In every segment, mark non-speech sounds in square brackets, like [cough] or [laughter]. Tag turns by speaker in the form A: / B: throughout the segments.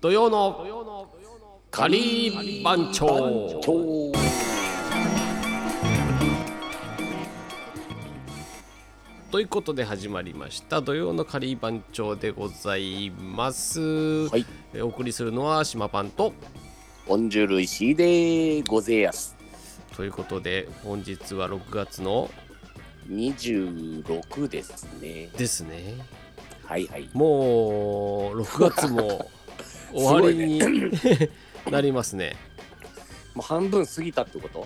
A: 土曜のカリー番長ということで始まりました土曜のカリー番長でございます、
B: はい
A: えお送りするのは島パンと
B: ボンジュール石井でごぜやす。
A: ということで本日は6月の
B: 26ですね。
A: ですね
B: はいはい。
A: もう6月
B: [laughs]
A: も終わりに、 [laughs] なりますね
B: もう半分過ぎたってこと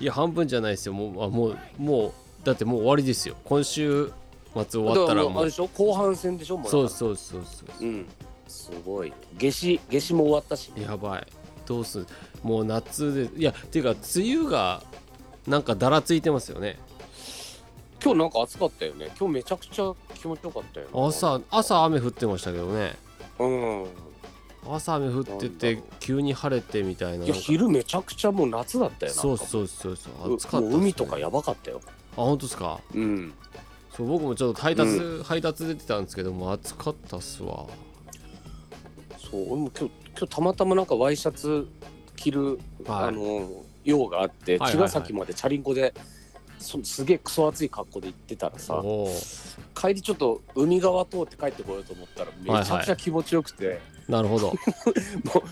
A: いや半分じゃないですよもうあもうもうだってもう終わりですよ今週末終わったら
B: だからもう
A: も
B: あれ
A: う
B: でしょ後半戦でしょもう。
A: そうそうそうそう
B: う。うん。すごい。夏至、夏至も終わったし。
A: やばいどうするもう夏でいやていうか梅雨がなんかだらついてますよね
B: 今日なんか暑かったよね。今日めちゃくちゃ気持ちよかったよ、ね。。
A: 朝朝雨降ってましたけどね
B: うん。
A: 朝雨降ってて
B: なんだろ
A: 急に晴れてみたいないな
B: や、
A: んか
B: 昼めちゃくちゃもう夏だったよな。
A: そうそうそうそう
B: う
A: 暑かったっすね、
B: もう海とかやばかったよ。
A: あ本当ですか
B: うん。
A: そう僕もちょっと配達、配達出てたんですけども暑かったっすわ
B: そう、俺も今日、今日たまたまなんかワイシャツ着る、
A: はい
B: あの用があって、
A: はいはいはい
B: 茅ヶ崎までチャリンコで。そすげえクソ暑い格好で行ってたらさ
A: おー
B: 帰りちょっと海側通って帰ってこようと思ったらめちゃくちゃ気持ちよくて、
A: なるほど
B: もう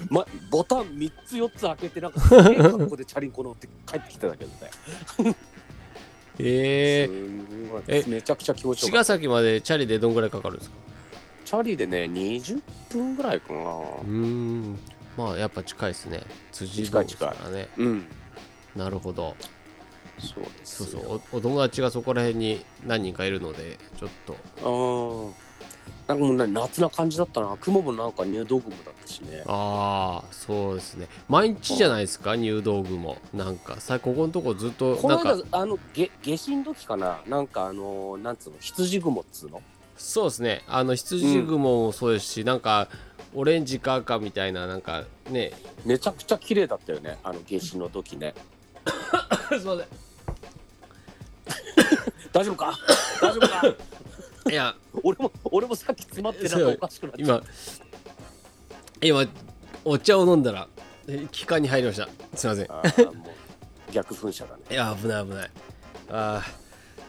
B: ま、ボタン3つ4つ開けてなんかすげえ格好でチャリンコ乗って帰ってきてたけどね
A: え
B: [laughs]
A: ー
B: すごい
A: え
B: めちゃくちゃ気持ち
A: 茅
B: よかっ
A: ヶ崎までチャリでどんぐらいかかるんですか
B: たチャリでね20分ぐらいかな
A: うーんまあやっぱ近いですね辻堂ですからね
B: うん
A: なるほど
B: そうです
A: そ
B: よ
A: うそうおお友達がそこら辺に何人かいるのでちょっと
B: ああ。なんかもうね夏な感じだったな。雲もなんか入道雲だったしね。
A: ああそうですね毎日じゃないですか入道雲なんかさここのとこずっと
B: こ
A: な
B: の
A: んか
B: 間、あの、げ下旬時かな。なんかあのー、なんつうの、羊雲っつうの。
A: そうですねあの羊雲もそうですし、なんかオレンジか赤みたいななんかね
B: めちゃくちゃ綺麗だったよね。あの下旬の時ね。
A: [laughs] すいま
B: 大丈
A: [laughs]
B: 夫か大丈夫か
A: せんいや
B: 俺も、俺もさっき詰まってな
A: そ
B: ん
A: う
B: かおかしくなっちゃっ
A: 今今お茶を飲んだらえ気管に入りましたすいません
B: た。今。もう逆噴射だね。
A: いや危ない危ないあ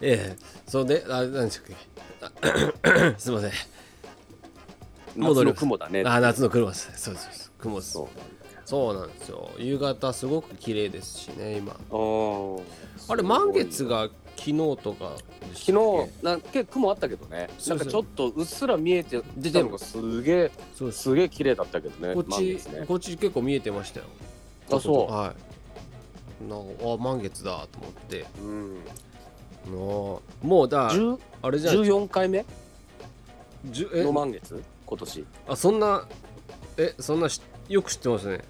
A: ーええそうであ何でしたっけ [coughs] あすいません戻
B: 夏
A: り
B: の
A: ます
B: 雲だね。
A: あー夏の車ですそうですそうです雲です
B: そう。
A: そうなんですよ夕方すごく綺麗ですしね今
B: あー
A: あれ満月。が昨日とかでしたっけ
B: 昨日、なん結構雲あったけどね。
A: そ
B: な
A: うんそう
B: かちょっとうっすら見えて出てるのがすげえ。
A: そうです
B: すげえ綺麗だったけどね。
A: こっ
B: 満
A: ち
B: 月ね、
A: こっち結構見えてましたよ
B: あそ
A: はいなんかあ満月だと思って
B: う。うん。
A: なあもうだ
B: 十
A: あれじゃない
B: 十四回目
A: じゅえ
B: の満月今年。
A: あそんなえそんなしよく知ってますね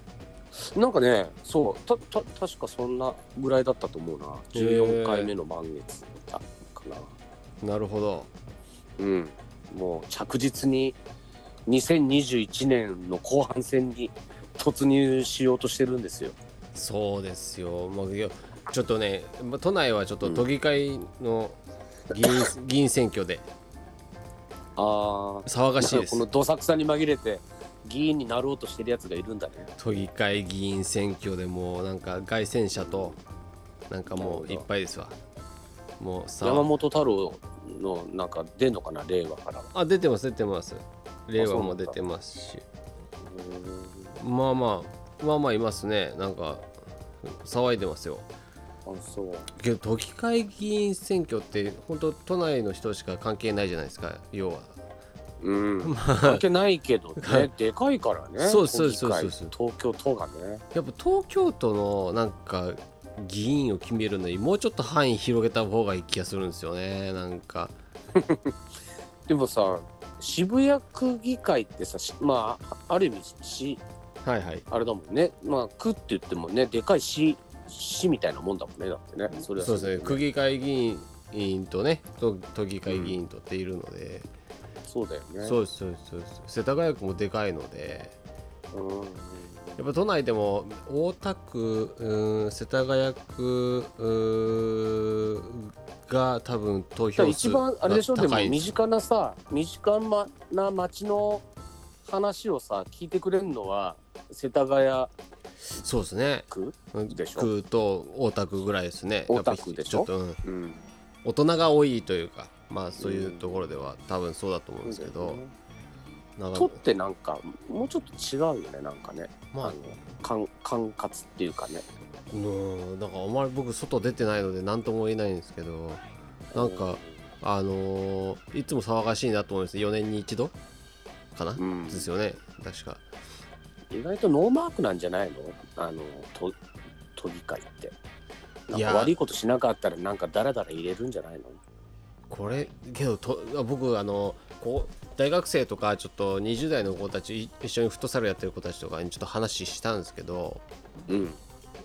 B: なんかね、そうたた確かそんなぐらいだったと思うな。
A: へ
B: 十
A: ー
B: 四回目の満月だったかな。
A: なるほど
B: うん。もう着実に2021年の後半戦に突入しようとしてるんですよ。
A: そうですよ、まあ、いやちょっとね、まあ都内はちょっと都議会の議員,、
B: [laughs]
A: 議員選挙で
B: ああ。
A: 騒がしいで
B: この
A: す。
B: どさくさに紛れて議員になろうとしてるやつがいるんだね。
A: 都議会議員選挙でもうなんか外戦車となんかもういっぱいですわ。もう
B: 山
A: さ
B: 本太郎のなんか出んのかな令和から。
A: あ出てます出てます。令和
B: そうな
A: も
B: んだ
A: 出てますし、まあまあまあまあいますね。なんか騒いでますよ。
B: あそう
A: けど都議会議員選挙って本当都内の人しか関係ないじゃないですか。要は。
B: うん、関係ないけ
A: [laughs]
B: どねでかいからね
A: そうそうそうそう
B: 都議会東京都がね
A: やっぱ東京都のなんか議員を決めるのにもうちょっと範囲広げた方がいい気がするんですよねなんか
B: でもさ渋谷区議会ってさしまあある意味市
A: はいはい
B: あれだもんねまあ区って言ってもねでかい市市みたいなもんだもんねだってねそれは
A: そうですね区
B: ね
A: 議会議員とね都都議会議員とっているので、
B: そうだよね
A: そうですそうですそうです世田谷区もでかいので
B: うん
A: やっぱ都内でも大田区うん世田谷区うんが多分投
B: だから
A: 票数
B: 一番あれでしょでも
A: 高い
B: 身近なさ身近な町の話をさ聞いてくれるのは世田谷
A: そうですね
B: 区、でしょ
A: 区と大田区ぐらいですね
B: 大田区でしょ
A: やっぱりちょっと、うん、
B: うん、
A: 大人が多いというかまあそういうところでは多分そうだと思うんですけど、なんか
B: 都ってなんかもうちょっと違うよねなんかね、
A: ま
B: あの管管轄っていうかね
A: あうんなんかあんまり僕外出てないので何とも言えないんですけどなんかあのーいつも騒がしいなと思うんです4年に一度かな、
B: うん、うん
A: ですよね確か
B: 意外とノーマークなんじゃないのあの都都議会ってなん
A: い
B: か
A: や
B: 悪いことしなかったらなんかダラダラ入れるんじゃないの
A: これけどと僕あのこう大学生とかちょっと20代の子たちい一緒にフットサルやってる子たちとかにちょっと話したんですけど、
B: うん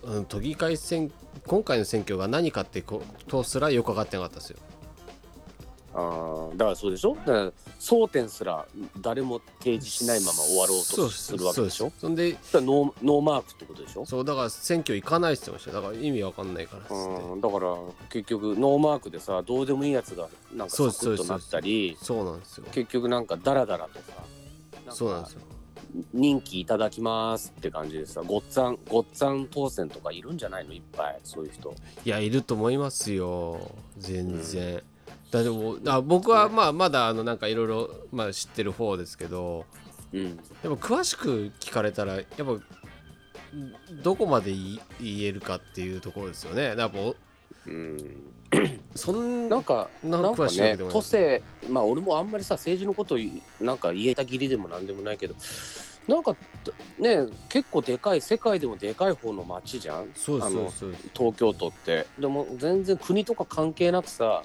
A: うん、都議会選今回の選挙が何かってことすらよく分かってなかったですよ
B: あーだからそうでしょだから争点すら誰も提示しないまま終わろう
A: そう
B: とするわけでし
A: そう
B: ょ
A: すそんで
B: だからノーノーマークってことでしょ
A: そうだから選挙行かないって言ってましたよだから意味わかんないからっつって
B: うんだから結局ノーマークでさどうでもいいやつがなんかサ
A: そう
B: ク
A: ですそう
B: ッ
A: で
B: と
A: す
B: なったり
A: そうなんですよ
B: 結局なんかダラダラとさか
A: そうなんですよ
B: 任期いただきますって感じでさごっつぁんごっつぁん当選とかいるんじゃないのいっぱいそういう人
A: いやいると思いますよ全然、だってもうあ僕はまあまだあのなんかいろいろまあ知ってる方ですけど
B: うん
A: やっぱ詳しく聞かれたらやっぱんどこまでい言えるかっていうところですよねやっぱお
B: うん
A: そん
B: な
A: なん
B: か
A: な
B: なんん
A: か詳
B: か
A: しいわけ
B: ね
A: でもない
B: 都政まあ俺もあんまりさ政治のこといなんか言えた義理でもなんでもないけどなんかね結構でかい世界でもでかい方の町じゃん
A: そうです
B: あ
A: そ
B: の
A: うですそうです
B: 東京都ってでも全然国とか関係なくさ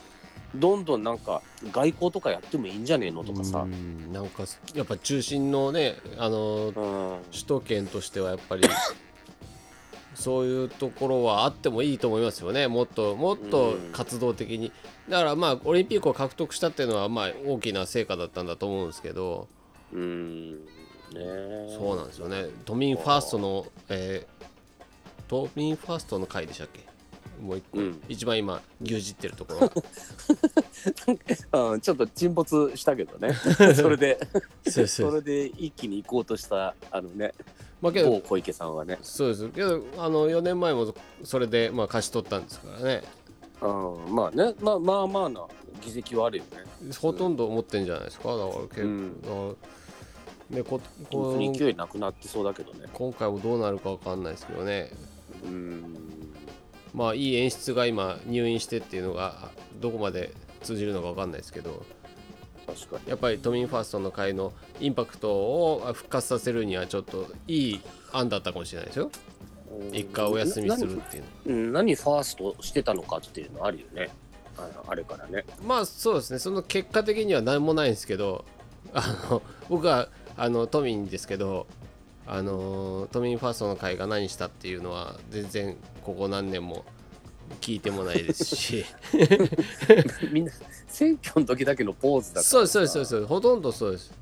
B: どんどんなんか外交とかやってもいいんじゃねえのとかさ
A: う、んなんかやっぱ中心のねあの
B: うん、
A: 首都圏としてはやっ
B: [coughs]
A: ぱりそういうところはあってもいいと思いますよねもっともっと
B: うん
A: 活動的にだからまあオリンピックを獲得したっていうのはまあ大きな成果だったんだと思うんですけど
B: うんねえ
A: そうなんですよね都民ファーストの、えー都民ファーストの会でしたっけもう一個、
B: うん
A: 一番今牛耳ってるとこ
B: [laughs]
A: ろ
B: うん、ちょっと沈没したけ
A: [laughs]
B: どねそれで
A: そう
B: それで一気に行こうとしたあのね
A: まあけ
B: 某
A: ど
B: 小池さんはね、
A: そうですけどあの4年前もそれでまあ勝ち取ったんですからね
B: うん、まあねまあまあまあな議席はあるよね
A: ほとんど持ってんじゃないですかだから結構、
B: うん
A: だからねここ
B: 本当に勢いなくなってそうだけどね
A: 今回もどうなるかわかんないですけどね
B: うん
A: まあいい演出が今入院してっていうのがどこまで通じるのかわかんないですけど
B: 確か
A: やっぱり都民ファーストの会のインパクトを復活させるにはちょっといい案だったかもしれないですよ
B: にうん
A: 一回お休みするっていうの
B: うん、何ファーストしてたのかっていうのあるよねあのあれからね [laughs]
A: まあそうですねその結果的には何もないんですけどあの [laughs] 僕はあの都民ですけどあの都民ファーストの会が何したっていうのは全然ここ何年も聞いてもないです
B: [laughs]
A: し
B: みんな選挙の時だけのポーズだから
A: そうですそうですそうですすほとんどそうです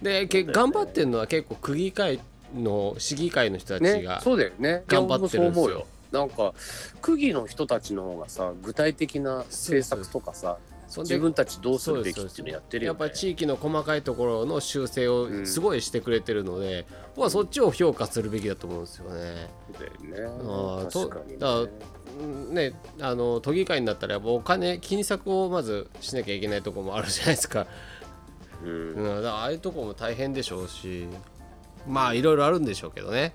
A: でけ
B: そうだよ
A: 頑
B: ね
A: 張ってるのは結構区議会の市議会の人たち
B: ね
A: が、
B: そうだよね
A: 頑張ってるんですよ
B: いや僕もそう思うよなんか区議の人たちの方がさ具体的な政策とかさ
A: そんで
B: 自分たちどうするべきっていうのやってる
A: や
B: よ
A: っ
B: ね
A: ぱり地域の細かいところの修正をすごいしてくれてるので、まあそっちを評価するべきだと思うんですよね。
B: だよ
A: あ
B: ね
A: ーと
B: 確かにね
A: だうんね、あの都議会になったらやっぱお金金策をまずしなきゃいけないところもあるじゃないですか,、
B: う
A: うんん、だからああいうところも大変でしょうしまあいろいろあるんでしょうけどね、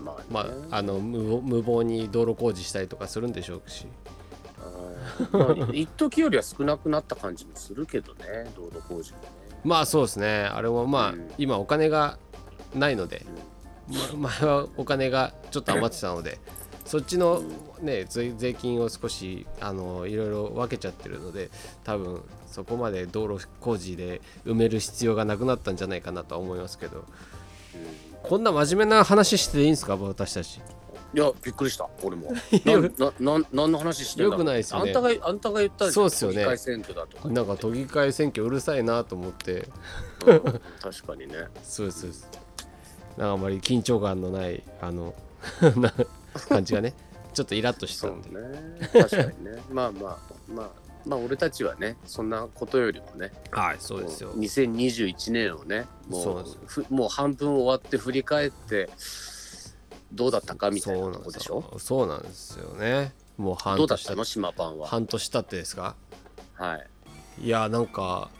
B: まあね、
A: まあ、あの無無謀に道路工事したりとかするんでしょうし
B: うんまあ一時よりは少なくなった感じもするけどね道路工事もね
A: まあそうですねあれもまあ、
B: うん
A: 今お金がないので
B: うん
A: ま前はお金がちょっと余ってたのでそっちの、ね、税税金を少しあのいろいろ分けちゃってるので多分そこまで道路工事で埋める必要がなくなったんじゃないかなとは思いますけど
B: うん
A: こんな真面目な話していいんですか私たち
B: いやびっくりした
A: [laughs]
B: 俺もななな何の話してんだろう
A: よくないですよね
B: あんたがあんたが言ったじゃん
A: そうっすよね
B: 議会選挙だとか
A: なんか都議会選挙うるさいなと思って
B: うん確かにね
A: そうですそうですなんかあまり緊張感のないあの [laughs] な感じがねちょっとイラッとして
B: そ
A: た
B: うん
A: で
B: ね確かにねまあまあまあまあ俺たちはねそんなことよりもね
A: はいそうですよ
B: も2021年をね
A: そう
B: も
A: なん
B: う
A: ですよ
B: ふもう半分終わって振り返ってどうだったかみたいなとこでしょ
A: そうなんですよそうなんですよねもう半
B: どうだっ
A: 年
B: た
A: た
B: の島パンは
A: 半年経ってですか
B: はい
A: いやなんか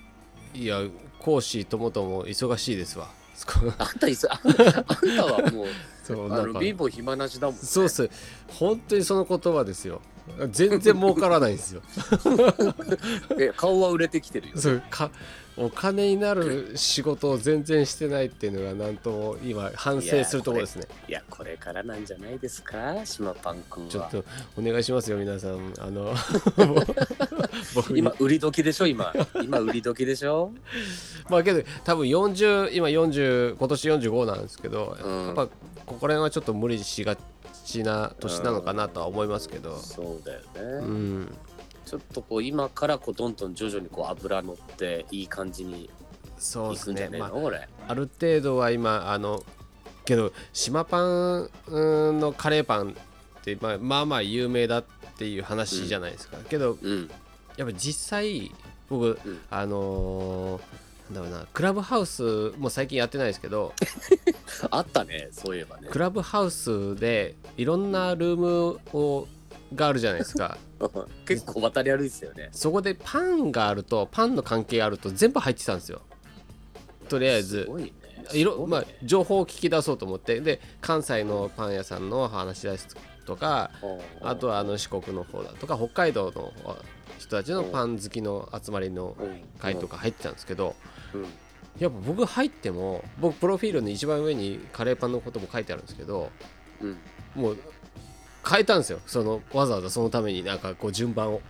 A: いや講師ともとも忙しいですわ [laughs] そこ
B: あんたいさあんたはもう
A: そう
B: あ
A: なんか
B: の貧乏暇なしだもん、ね、
A: そうっす本当にその言葉ですよ全然儲からないんですよ [laughs]
B: いや顔は売れてきてるよ
A: そうかお金になる仕事を全然してないっていうのがなんとも今反省するところですね
B: いやこれからなんじゃないですか島パン君は
A: ちょっとお願いしますよ皆さんあ
B: [laughs]
A: の僕に
B: 今売り時でしょ今今売り時でしょ
A: まあけど多分40今40今年45なんですけど、
B: うん
A: やっぱここら辺はちょっと無理しがちな年なのかなとは思いますけど、
B: そうだよね、
A: うん、
B: ちょっとこう今からこうどんどん徐々にこう油乗っていい感じに
A: そ
B: いう
A: で
B: く
A: す
B: んじ
A: ね
B: ゃねえの、
A: まあ、
B: これ
A: ある程度は今あのけど島パンうんのカレーパンって、まあ、まあまあ有名だっていう話じゃないですか、けど
B: うん
A: やっぱ実際僕、
B: ん
A: あのーなんだろうなクラブハウスも最近やってないですけど
B: あったねそういえばね
A: クラブハウスでいろんなルームをがあるじゃないですか
B: 結構渡り歩いてたよね
A: そこでパンがあるとパンの関係あると全部入ってたんですよとりあえ
B: す
A: ず
B: ごいね
A: い
B: す
A: ろ、
B: ごいね
A: まあ、情報を聞き出そうと思ってで関西のパン屋さんの話ですとか
B: うん
A: あとはあの四国の方だとか北海道の人たちのパン好きの集まりの
B: うん
A: 会とか入ってたんですけど
B: うん
A: やっぱ僕入っても僕プロフィールの一番上にカレーパンのことも書いてあるんですけど
B: うん
A: もう変えたんですよそのわざわざそのためになんかこう順番を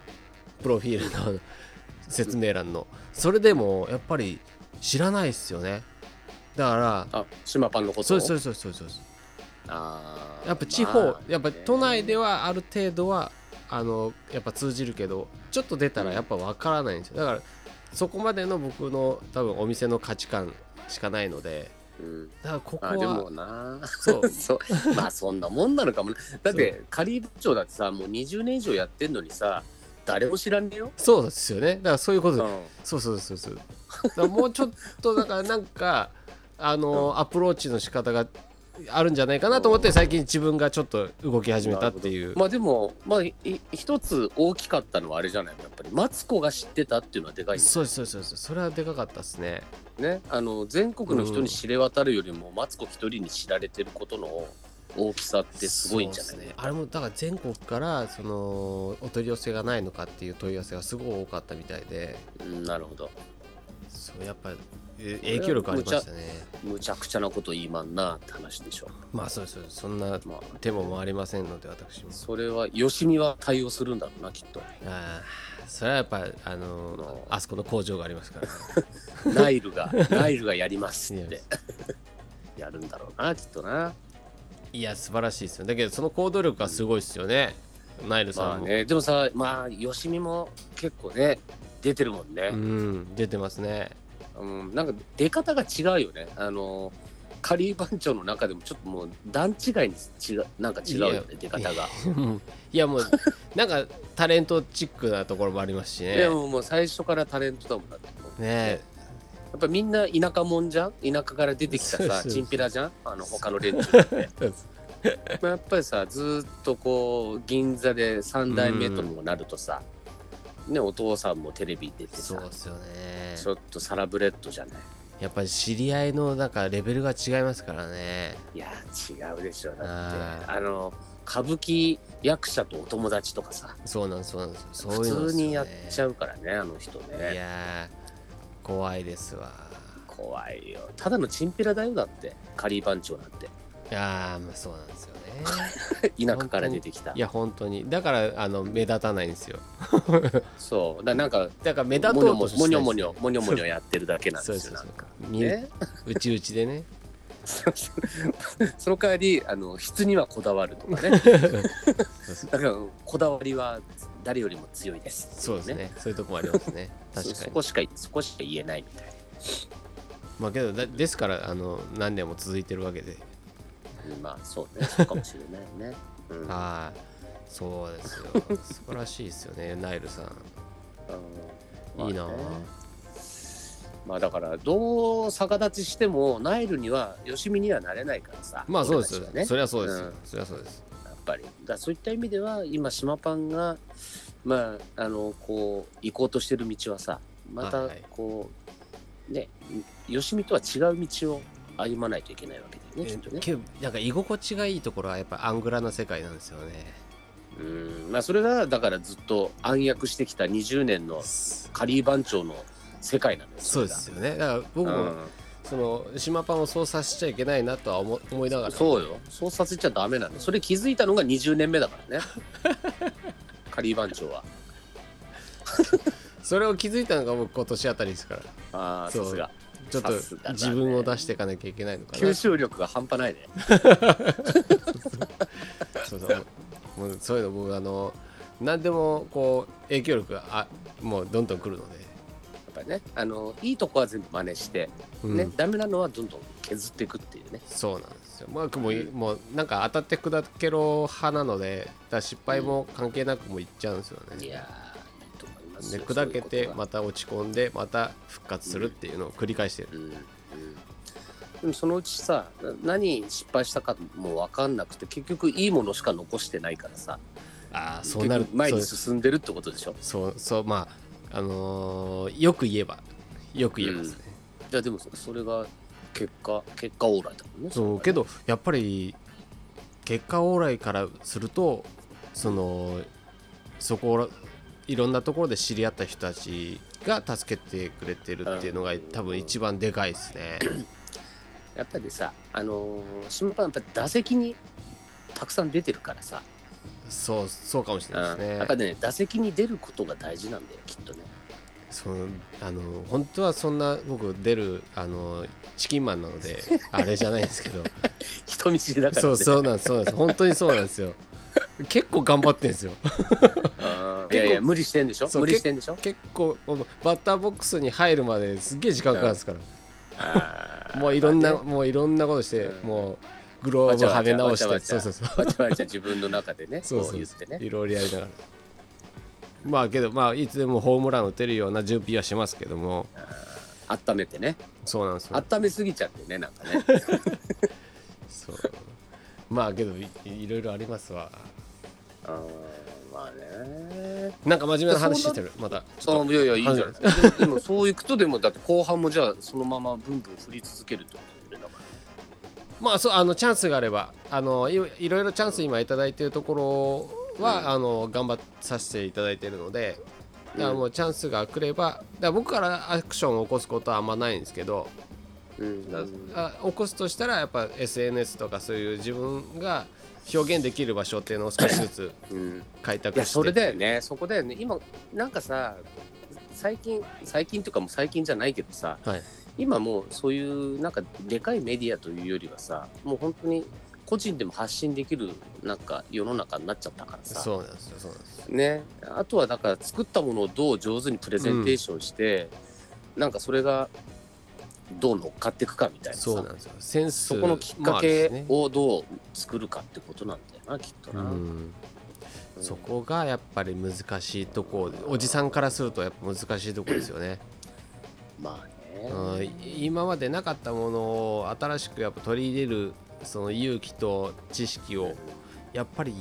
A: プロフィールのあの説明欄のそれでもやっぱり知らないっすよねだから
B: あ島パンのこと
A: そうですそうで
B: う
A: すそうですそうです
B: あー
A: やっぱ地方、
B: まあね
A: やっぱ都内ではある程度はあのやっぱ通じるけどちょっと出たらやっぱわからないんですよだからそこまでの僕の多分お店の価値観しかないので
B: うん
A: だからここ
B: あでも
A: は
B: な [laughs]
A: そう
B: そうまあそんなもんなのかもねだってカリー部長だってさもう20年以上やってんのにさ誰も知らねえよ、
A: そうですよねだからそういうこと
B: う
A: で
B: ん
A: す、そうそうそうそう。だからもうちょっとだからなんかあのアプローチの仕方があるんじゃないかなと思って最近自分がちょっと動き始めたっていう。
B: まあでもまあい一つ大きかったのはあれじゃないやっぱりマツコが知ってたっていうのはでかいよ
A: そうですそうですそうです。それはでかかったですね。
B: ねあの全国の人に知れ渡るよりも、マツコ一人に知られてることの大きさってすごいんじゃない
A: そうですね。あれもだから全国からそのお取り寄せがないのかっていう問い合わせがすごい多かったみたいで、
B: うんなるほど
A: そうやっぱえ影響力ありましたね。
B: むちゃくちゃなこと言いまんなって話でしょ
A: まあそうですそうです。そんな
B: まあ
A: 手も回りませんので私も。
B: それはよしみは対応するんだろうなきっ
A: [laughs]
B: と
A: ああそれはやっぱあの
B: の
A: あそこの工場がありますから。
B: ナイルがナイルがやりますっ
A: いや
B: て [laughs] やるんだろうなきっとない
A: や素晴らしいですよだけどその行動力がすごいですよね、ナイル
B: ま
A: さ
B: あ
A: んも、
B: ねでもさまあよしみも結構ね出てるもんね
A: う、ん出てますね
B: うん、なんか出方が違うよねあのカリー番長の中でもちょっともう段違いに違うなんか違うよ
A: いや
B: ね出方が
A: [laughs] いやもうなんかタレントチックなところもありますしね
B: でももう最初からタレントだもんだって
A: ね
B: やっぱみんな田舎もんじゃん田舎から出てきた
A: そうそう
B: さ
A: そう
B: チンピラじゃんあの他の
A: [laughs]
B: 連中
A: え
B: まあやっぱりさずーっとこう銀座で3代目ともなるとさ、ね、お父さんもテレビ出て
A: そ
B: さ
A: うですよね
B: ちょっとサラブレッドじゃない
A: やっぱり知り合いのなんかレベルが違いますからね
B: いやー違うでしょだって
A: あ
B: あ
A: ー
B: の歌舞伎役者とお友達とかさ
A: そうなんですそうなんですそういうの
B: 普通にやっちゃ
A: う、
B: うからねあの人
A: い
B: ね
A: やー怖いですわ
B: 怖いよただのチンピラだよだってカリー番長なんて [laughs]
A: いやーまあそうなんですよね
B: 田舎から出てきた
A: いや本当にだからあの目立たないんですよ
B: そうだなんか
A: だから目立と
B: も
A: う
B: にょ
A: と
B: も
A: し
B: も
A: な
B: に
A: い
B: ょ
A: ん
B: も
A: です
B: に
A: よ
B: ょもにょもにょやってるだけなん
A: そう
B: です
A: そ
B: よ
A: う
B: な
A: そ
B: ん
A: う
B: か
A: 見る
B: ね
A: うちうちで
B: [laughs]
A: ね
B: その代わりあの質にはこだわると
A: [laughs]
B: かねだからこだわりは誰よりも強いです
A: そうですねそういうとこもありますね
B: そ
A: 確か
B: そ
A: に
B: こしかそこしか言えないみたい
A: まあけどだですからあの何年も続いてるわけで
B: なまあそうねそうかもしれな
A: [laughs]
B: いね、う
A: [laughs]
B: ん、
A: はいそうですよ素晴らしいですよねナイルさん
B: うん
A: いいな
B: ま
A: ぁ
B: あねまあだからどう逆立ちしてもナイルにはよしみにはなれないからさ
A: まあそうですよ
B: 俺たちはね
A: そりゃそうですよ、
B: うん
A: そりゃそうです
B: やっぱりだからそういった意味では今島パンがまああのこう行こうとしてる道はさま
A: はい
B: た
A: はい
B: こう、ねよしみとは違う道を歩まないといけないわけだよねきっとね
A: けどなんか居心地がいいところはやっぱアングラな世界なんですよね
B: うんまあそれがだからずっと暗躍してきた20年のカリー番長の世界なんです
A: そうですよねだから僕
B: う
A: も
B: ん
A: その島パンをそうさせちゃいけないなとは思思いながら
B: そうよそうさせちゃダメなんだそれ気づいたのが20年目だか
A: [laughs]
B: らねカリー番長は
A: それを気づいたのが僕今年あたりですから
B: ああ
A: そ
B: さ
A: う
B: すが
A: ちょっ
B: さすが
A: と
B: だね
A: 自分を出していかなきゃいけないのかな
B: 吸収力が半端ないね
A: そうそうもうそういうの僕あの何でもこう影響力があもうどんどん来るので、
B: やっぱりねあのいいとこは全部真似して、
A: うん
B: ねダメなのはどんどん削っていくっていうね
A: そうなんですよマークもい、もうなんか当たって砕けろ派なのでだから失敗も関係なくもういっちゃうんですよね、
B: いやーいいと思います
A: で
B: よ
A: 砕け
B: そういう
A: て
B: ことが
A: また落ち込んでまた復活するっていうのを繰り返してる、
B: うんうんでもそのうちさな何失敗したかも分かんなくて結局いいものしか残してないからさ
A: ああそうなる
B: 結局前
A: そう
B: に
A: です
B: 進んでるってことでしょ
A: そうそうまああのーよく言えばよく言えますね、
B: いやでもそそれが結果結果オーライだもんね
A: そうけどやっぱり結果往来からするとそのそこをいろんなところで知り合った人たちが助けてくれてるっていうのが
B: うん
A: 多分一番でかいです
B: [coughs]
A: ね。
B: やっぱりさあのー、審判やっぱり打席にたくさん出てるからさ、
A: そうそうかもしれない
B: うん
A: です
B: や
A: ね
B: っぱ。りね打席に出ることが大事なんだよきっとね [laughs]
A: そのあの本当はそんな僕出るあのチキンマンなの
B: [laughs]
A: であれじゃないんですけど、
B: 人見知りだからね
A: そうそうなんですそうなんです本当にそうなんです
B: [laughs]
A: よ。結構頑張ってんですよ。
B: あーいやいや無理してんでしょ
A: そう
B: 無理してんでしょ
A: 結構このバッターボックスに入るまですっげえ時間かかるんですから。
B: あー
A: [laughs] もういろんな、
B: まあね
A: もういろんなことして、
B: うん
A: もうグローブはめ直して、
B: わち
A: そう
B: ゃわちゃ
A: そうそう、
B: わちゃわちゃ自分の中でね
A: [laughs] そ
B: そうう
A: そう
B: 言ってね
A: いろいろやりながら。まあけど、まあいつでもホームラン打てるような準備はしますけども、
B: 温めてね
A: そうなんですよ。
B: 温めすぎちゃってねなんかね
A: そうまあけどい、いろいろありますわ。
B: あーまあね
A: なんか真面目な話してる、また。ちょ
B: そ
A: っと
B: ういやいやいいじゃないですかでもでもそういくとでもだって後半もじゃあそのままブンブン振り続けるってことだよねだか
A: まあそう、あのチャンスがあれば、あのいいろいろチャンス今いただいているところは、
B: うん
A: あの頑張させていただいているので、だかららもうチャンスが来れば、だから僕からアクションを起こすことはあんまないんですけど、
B: うんうん
A: あ起こすとしたらやっぱ SNS とかそういう自分が表現できる場所っていうのを少しず
B: [coughs]
A: つ
B: うん
A: 開拓して
B: いやそれだよねそこだよね今なんかさ最近最近とかもう最近じゃないけどさ
A: はい
B: 今もうそういうなんかでかいメディアというよりはさもう本当に個人でも発信できるなんか世の中になっちゃったからさ
A: そうなんですよそうなんですよ
B: ねあとはだから作ったものをどう上手にプレゼンテーションして、なんかそれがどう乗っかっていくかみたいなさ
A: そうなんですよセンス
B: そこのきっ
A: も
B: か
A: あるし
B: け
A: ね
B: をどう作るかってことなんだよなきっと
A: う
B: な。
A: ん
B: うん
A: そこがやっぱり難しいとこおじさんからするとやっぱ難しいとこですよね、
B: まあ
A: うん
B: ね、
A: 今までなかったものを新しくやっぱ取り入れるその勇気と知識をやっぱり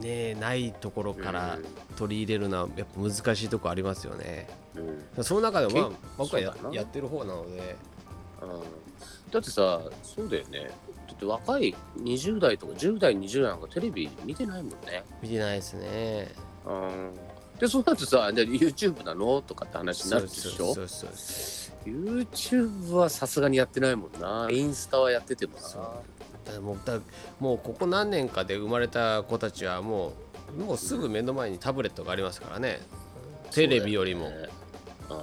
A: ねないところから取り入れるのはやっぱ難しいとこありますよね。
B: うんうん
A: その中でも、ま
B: け
A: あ、僕はや
B: そうだな
A: やってる方なので
B: うんだってさそうだよねだって若い20代とか10代20代なんかテレビ見てないもんね、
A: 見てないですね。
B: うん、でそうなるとさで YouTube なのとかって話になるでしょ
A: そうそうそうそう
B: YouTube はさすがにやってないもんなインスタはやっててもな
A: そうだからもうだもうここ何年かで生まれた子たちはもうもうすぐ目の前にタブレットがありますからねテレビよりも
B: そうだよねあ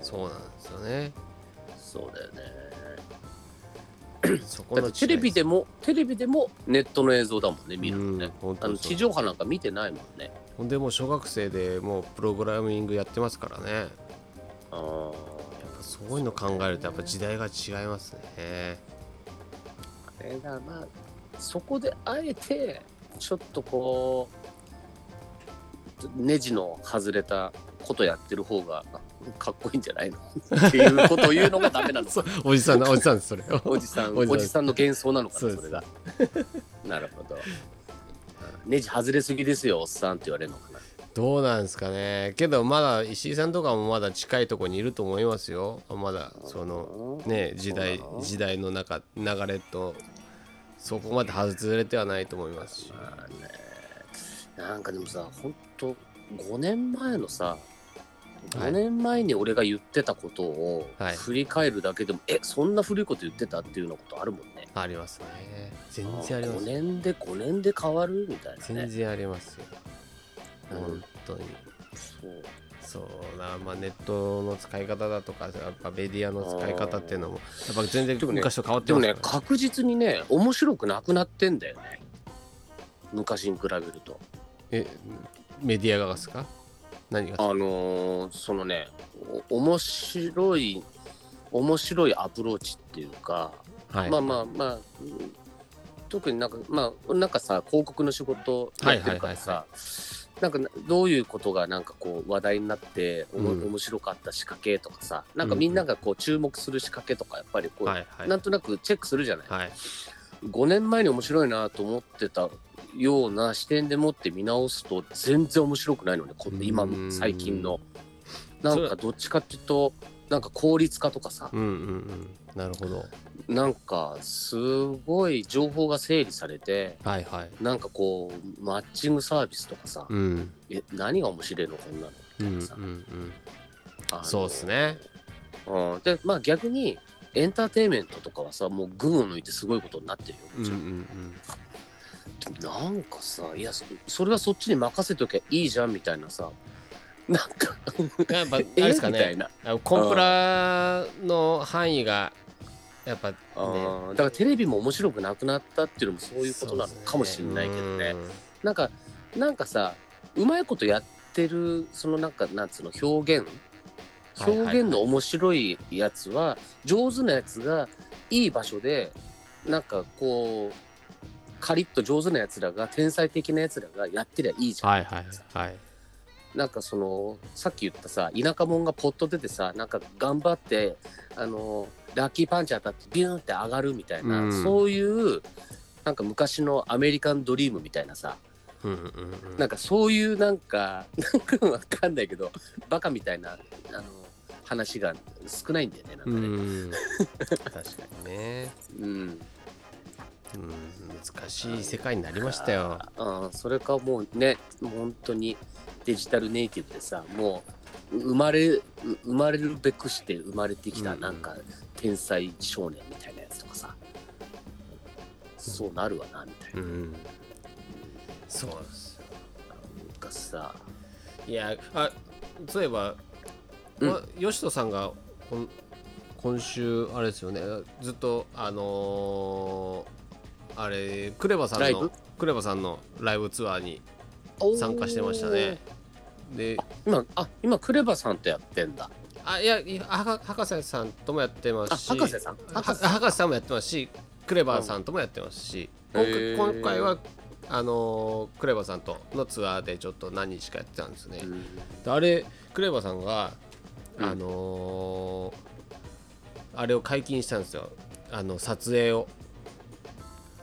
B: ー
A: そうなんですよね。
B: そうだよね
A: そこ
B: だっ
A: の
B: てテレビでもテレビでもネットの映像だもんね見
A: 見
B: る
A: る
B: のね、
A: 本
B: あ
A: 当
B: の
A: にそ
B: 地
A: う
B: 上波なんか見てないもんね
A: ほんでもう小学生でもうプログラミングやってますからね
B: あー
A: そういうの考えるとやっぱ時代が違いますね。
B: [laughs] えーだからまあそこであえてちょっとこうネジの外れたことやってる方がかっこいいんじゃないのっていうことを言うのがダメなの
A: [laughs] そうおじさんのおじさんですそれ
B: おじさん
A: おじさん
B: おじさんの幻想なのか
A: そう
B: な
A: で
B: そ
A: す
B: れがなるほどネジ外れすぎですよおっさんって言われるのかな
A: どうなんですかねけどまだ石井さんとかもまだ近いとこにいると思いますよまだそのね時代
B: そうなの
A: 時代の中流れとそこまで外れてはないと思いますし
B: まあねなんかでもさほんと5年前の
A: は
B: さ
A: い
B: 5年前に俺が言ってたことを
A: はい
B: 振り返るだけでも、えそんな古いこと言ってたっていうようなことあるもんね
A: ありますね全然ありま
B: 5
A: す
B: 年で5年で変わるみたいな
A: 全
B: ね
A: 然ありますよ
B: うん
A: 本当に
B: そう
A: そうなまあネットの使い方だとかやっぱメディアの使い方っていうのもやっぱ全然
B: でもね
A: 昔と変わって
B: で
A: ま
B: も
A: すよ
B: ね確実にね面白くなくなってんだよね昔に比べると
A: えメディアがですか何が
B: あのーそのねお面白い面白いアプローチっていうか、
A: はい
B: まあまあまあうん特になんかまあなんかさ広告の仕事やってるからさ、
A: は
B: なんかどういうことがなんかこう話題になって、おも
A: うん
B: 面白かった仕掛けとかさなんかみんながこう注目する仕掛けとかやっぱりこう、
A: はいはい
B: なんとなくチェックするじゃない、
A: はい
B: 5年前に面白いなと思ってたような視点でもって見直すと全然面白くないのねこ
A: うーん
B: 今最近のなん
A: そ
B: かどっちかっていうとなんか効率化とかさ
A: うんうんうんなるほど
B: なんかすごい情報が整理されて
A: はいはい
B: なんかこうマッチングサービスとかさ、
A: うん
B: え何が面白いのこんなの
A: うんうん
B: さ
A: うん
B: あの
A: そうですね
B: うんでまあ逆にエンターテインメントとかはさもう群を抜いてすごいことになってるよ、
A: うんうんうん
B: なんかさいやそそれはそっちに任せときゃいいじゃんみたいなさなんか
A: やっぱあれ
B: え
A: ですか
B: みた
A: ね
B: いな、
A: あのコンプラの範囲がやっぱね
B: あーだからテレビも面白くなくなったっていうのもそういうことなのかもしれないけどね
A: そうです
B: なんかなんかさうまいことやってるそのなんかなんつうの表現
A: はいはいはい
B: 表現の面白いやつは上手なやつがいい場所でなんかこうカリッと上手なやつらが天才的なやつらがやってりゃいいじゃん、
A: はいはいはい
B: なんかそのさっき言ったさ田舎者がポッと出てさなんか頑張ってあのラッキーパンチ当たってビューンって上がるみたいな、
A: うん
B: そういうなんか昔のアメリカンドリームみたいなさ
A: うんうんうん
B: なんかそういうなんか [laughs] なんかわかんないけどバカみたいなあの話が少ないんだよねなんか
A: う
B: ね、
A: ん確かにね
B: うん、
A: うん難しい世界になりましたよ
B: あーそれかもうねもう本当にデジタルネイティブでさもう生まれう生まれるべくして生まれてき
A: う
B: た
A: ん
B: なんか天才少年みたいなやつとかさ、そうなるわなみたいうな,、
A: んそうですよ
B: なんかさ
A: いやあそういえば、
B: うん
A: まよしとさんがこん今週あれですよねずっとあのーあれクレバさん
B: ライ
A: の
B: ブ
A: クレバさんのライブツアーに参加してましたねで
B: 今あ今クレバさんとやってんだ
A: あいやいやは博士さんともやってま
B: あ
A: すし
B: 博士さん
A: は
B: 博士さん
A: 博士さんもやってますしクレバーさんともやってますし、
B: うん
A: 今回
B: へー
A: 今回はあのークレバーさんとのツアーでちょっと何日かやってたんですね、
B: うん
A: であれクレバーさんが
B: うん
A: あのーあれを解禁したんですよあの撮影を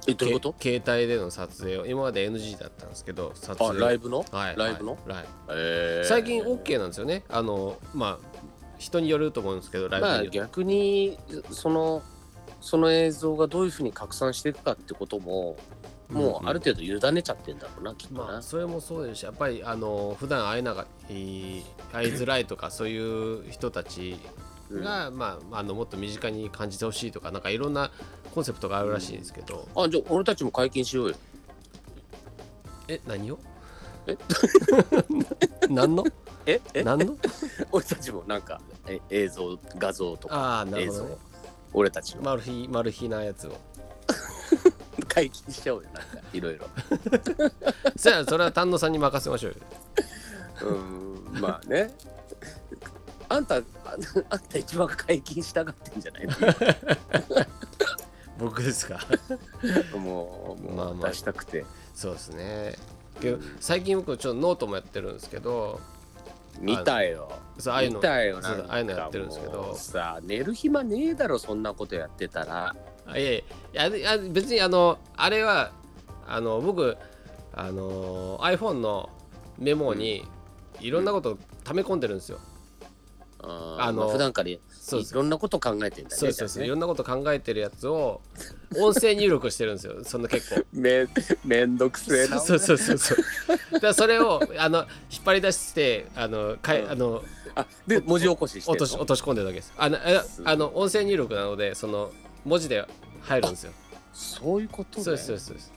B: えどういうこと
A: け携帯での撮影を今まで NG だったんですけど撮影
B: あライブの、
A: はい
B: ライブの、
A: はい
B: えー
A: 最近 OK なんですよねあのまあ人によると思うんですけどライブに
B: ま
A: よって
B: あ逆にそのその映像がどういうふうに拡散していくかってことももうある程度委ねちゃってんだろうな、きっとな、
A: まあそれもそうですしやっぱりあの普段会えなが
B: [laughs]
A: い会いづらいとかそういう人たちが、まあ、あのもっと身近に感じてほしいとかなんかいろんなコンセプトがあるらしいんですけど、
B: あじゃあ俺たちも解禁しようよ
A: え何を
B: え
A: [laughs] 何の
B: ええ
A: 何の
B: 俺たちもなんかえ映像画像とか
A: ああな
B: 映
A: るほど、ね
B: 像、俺たちの
A: マルヒマルヒなやつを [laughs]
B: 解禁しちゃおうよなんかいろいろ
A: じゃあそれは丹野さんに任せましょうよ
B: [laughs] うーんまあねあんたああんた一番解禁したがってんじゃない [laughs] の
A: 僕です [laughs] か
B: もうもう、
A: まあまあ
B: 出したくて
A: そうですねけど最近僕ちょっとノートもやってるんですけど
B: 見たよ
A: そうああいうの
B: 見たよ
A: そう
B: なんか
A: ああいうのやってるんですけど
B: もうさあ寝る暇ねえだろそんなことやってたら
A: あいやいやいやあ別にあのあれはあの僕あの iPhone のメモにいろんなことを溜め込んでるんですよ。
B: あ
A: あ
B: あ
A: の
B: の普段からい
A: そうそう
B: ろんなこと考えてんだね
A: そうそうそうい
B: じゃ
A: ろんなこと考えてるやつを音声入力してるんですよそんな結構。
B: あねめめ [laughs] んどくせえな
A: そうそうそうそう。
B: [laughs]
A: だからそれをあの引っ張り出してあのかい、
B: うん
A: あの
B: あで文字起こしして
A: 落
B: る
A: とし落とし込んでるだけです。あのえ
B: すごい
A: あの音声入力なのでその文字で入るんですよ。
B: そういうことね
A: そうですそうですそうです。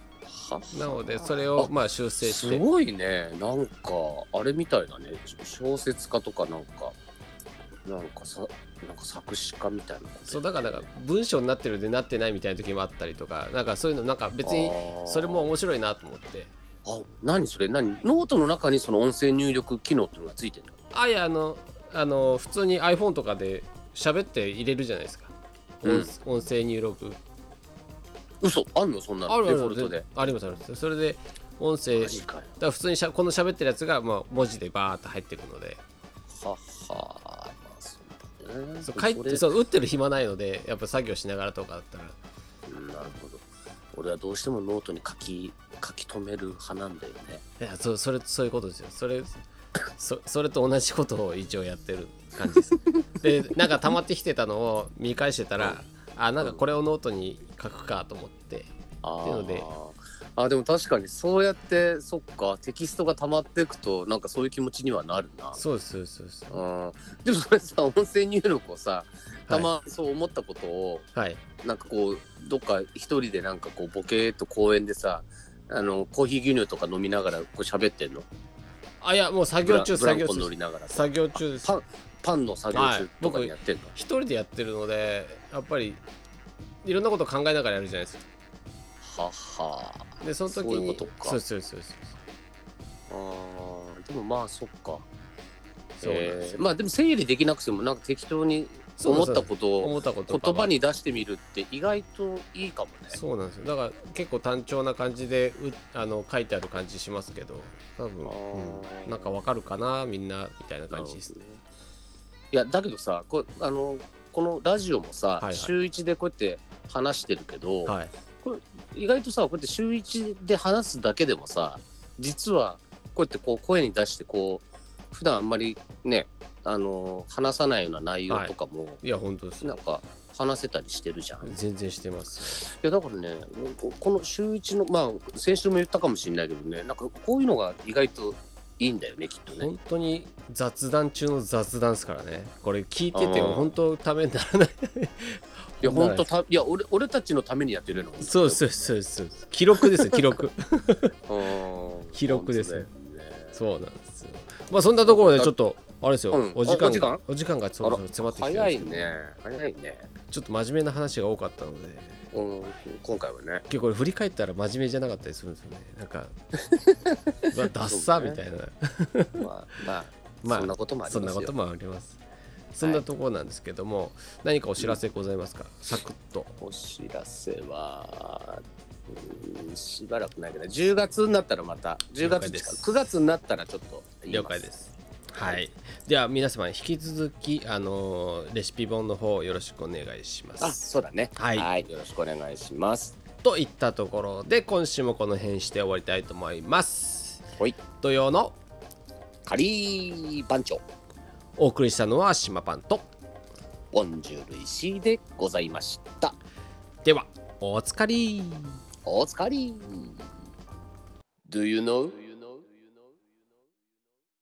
B: は
A: なのでそれをまあ修正し
B: す
A: て。
B: ごいねなんかあれみたいだね小説家とかなんかなんかさなんか作詞家みたいな
A: そうだからなんか文章になってるでなってないみたいな時もあったりとかなんかそういうのなんか別に
B: あー
A: それも面白いなと思って
B: あ何それ何ノートの中にその音声入力機能っていうのがついてるの
A: あいやあのあの普通に iPhone とかで喋って入れるじゃないですか、
B: うん
A: 音音声入力
B: 嘘あんのそんなの
A: あるあ
B: デ
A: る
B: フォ
A: あ
B: ルト
A: る
B: で
A: ありますありますそれで音声
B: マ
A: だ
B: ジ
A: か
B: かよ
A: ら普通にしゃこの喋ってるやつが、まあ、文字でバーっと入ってくるので
B: ははあまあそうだね
A: そう書い
B: そ
A: て
B: れ
A: そう打ってる暇ないのでやっぱ作業しながらとかだったら
B: うんなるほど俺はどうしてもノートに書き書き留める派なんだよね
A: いやそうそれそういうことですよそれそそれと同じことを一応やってる感じ
B: [laughs]
A: ですでなんか溜まってきてたのを見返してたら、
B: うん
A: あなんかこれをノートに書くかと思って
B: あ
A: っていうので
B: あでも確かにそうやってそっかテキストが溜まっていくとなんかそういう気持ちにはなるな
A: そうですそうですそうです
B: うんでもそれさ音声入力をさた
A: は
B: まそう思ったことを、
A: い、はい、
B: なんかこうどっか一人でなんかこうボケーっと公園でさあのコーヒー牛乳とか飲みながらこう喋ってんの
A: あいやもう作業中
B: ブラ
A: 作
B: ブラ
A: 業
B: ンコ乗
A: 中
B: りながらさ
A: 作業中です
B: パンパンの作業
A: はい
B: 中とか
A: 僕
B: にやってんの、
A: 一人でやってるのでやっぱりいろんなこと考えながらやるじゃないですか
B: はは
A: でその時に
B: そういうことか
A: そうですそうですそうです
B: あーでもまあそっか
A: そうなんです
B: えーまあでも整理できなくてもなんか適当に
A: そう
B: 思
A: そう
B: ったことを
A: 思ったこと
B: 言葉に出してみるって意外といいかもね
A: そうなんですよだから結構単調な感じでうあの書いてある感じしますけど多分、
B: あー
A: うんなんかわかるかなみんなみたいな感じですね
B: なるほどねいやだけどさこあのこのラジオもさ、
A: はいはい
B: 週一でこうやって話してるけど、
A: はい
B: 意外とさこうやって週一で話すだけでもさ実はこうやってこう声に出してこう普段あんまりねあの話さないような内容とかも、
A: いや本当です
B: なんか話せたりしてるじゃん。い
A: 全然してます
B: やだからねここの週一のまあ先週も言ったかもしれないけどねなんかこういうのが意外といいんだよねきっとね。
A: 本当に雑談中の雑談ですからねこれ聞いてて
B: あ
A: も
B: ー
A: 本当ためにならない
B: いや本当たいや俺俺たちのためにやってるの。
A: そうですそうですそうです記録ですよ記録 [laughs]
B: うん
A: 記録ですね
B: 本当だよね
A: そうなんですよまあそんなところでちょっとあれですよ、
B: うん
A: お時間
B: あお時間
A: お時間がそろそろ迫ってきてるん
B: 早
A: ですけ
B: い
A: ど
B: ね早いね、
A: ちょっと真面目な話が多かったので
B: うん、今回はね
A: 結構これ振り返ったら真面目じゃなかったりするんですよねなん
B: [laughs]
A: かうわダッサーみたいな、
B: まあまあ、
A: まあ
B: そんなこともあり
A: そん
B: ま
A: な
B: す
A: こ
B: よ
A: ともありますそんなところなんですけども、何かお知らせございますか、サクッと
B: お知らせはうんしばらくないけど10月になったらまた
A: 了
B: 10
A: 解
B: 月
A: で
B: ですか
A: す
B: 9月になったらちょっと言い
A: 了
B: ます
A: 解ですはいでは皆様引き続きあのーレシピ本の方よろしくお願いしま
B: あ
A: す
B: そうだね
A: はい
B: よろしくお願いします
A: といったところで今週もこの辺して終わりたいと思います
B: ほい
A: 土曜の
B: カリー番長
A: お送りしたのは島パンと
B: ボンジュール石井でございました
A: ではおつかり
B: お疲れ Do you know?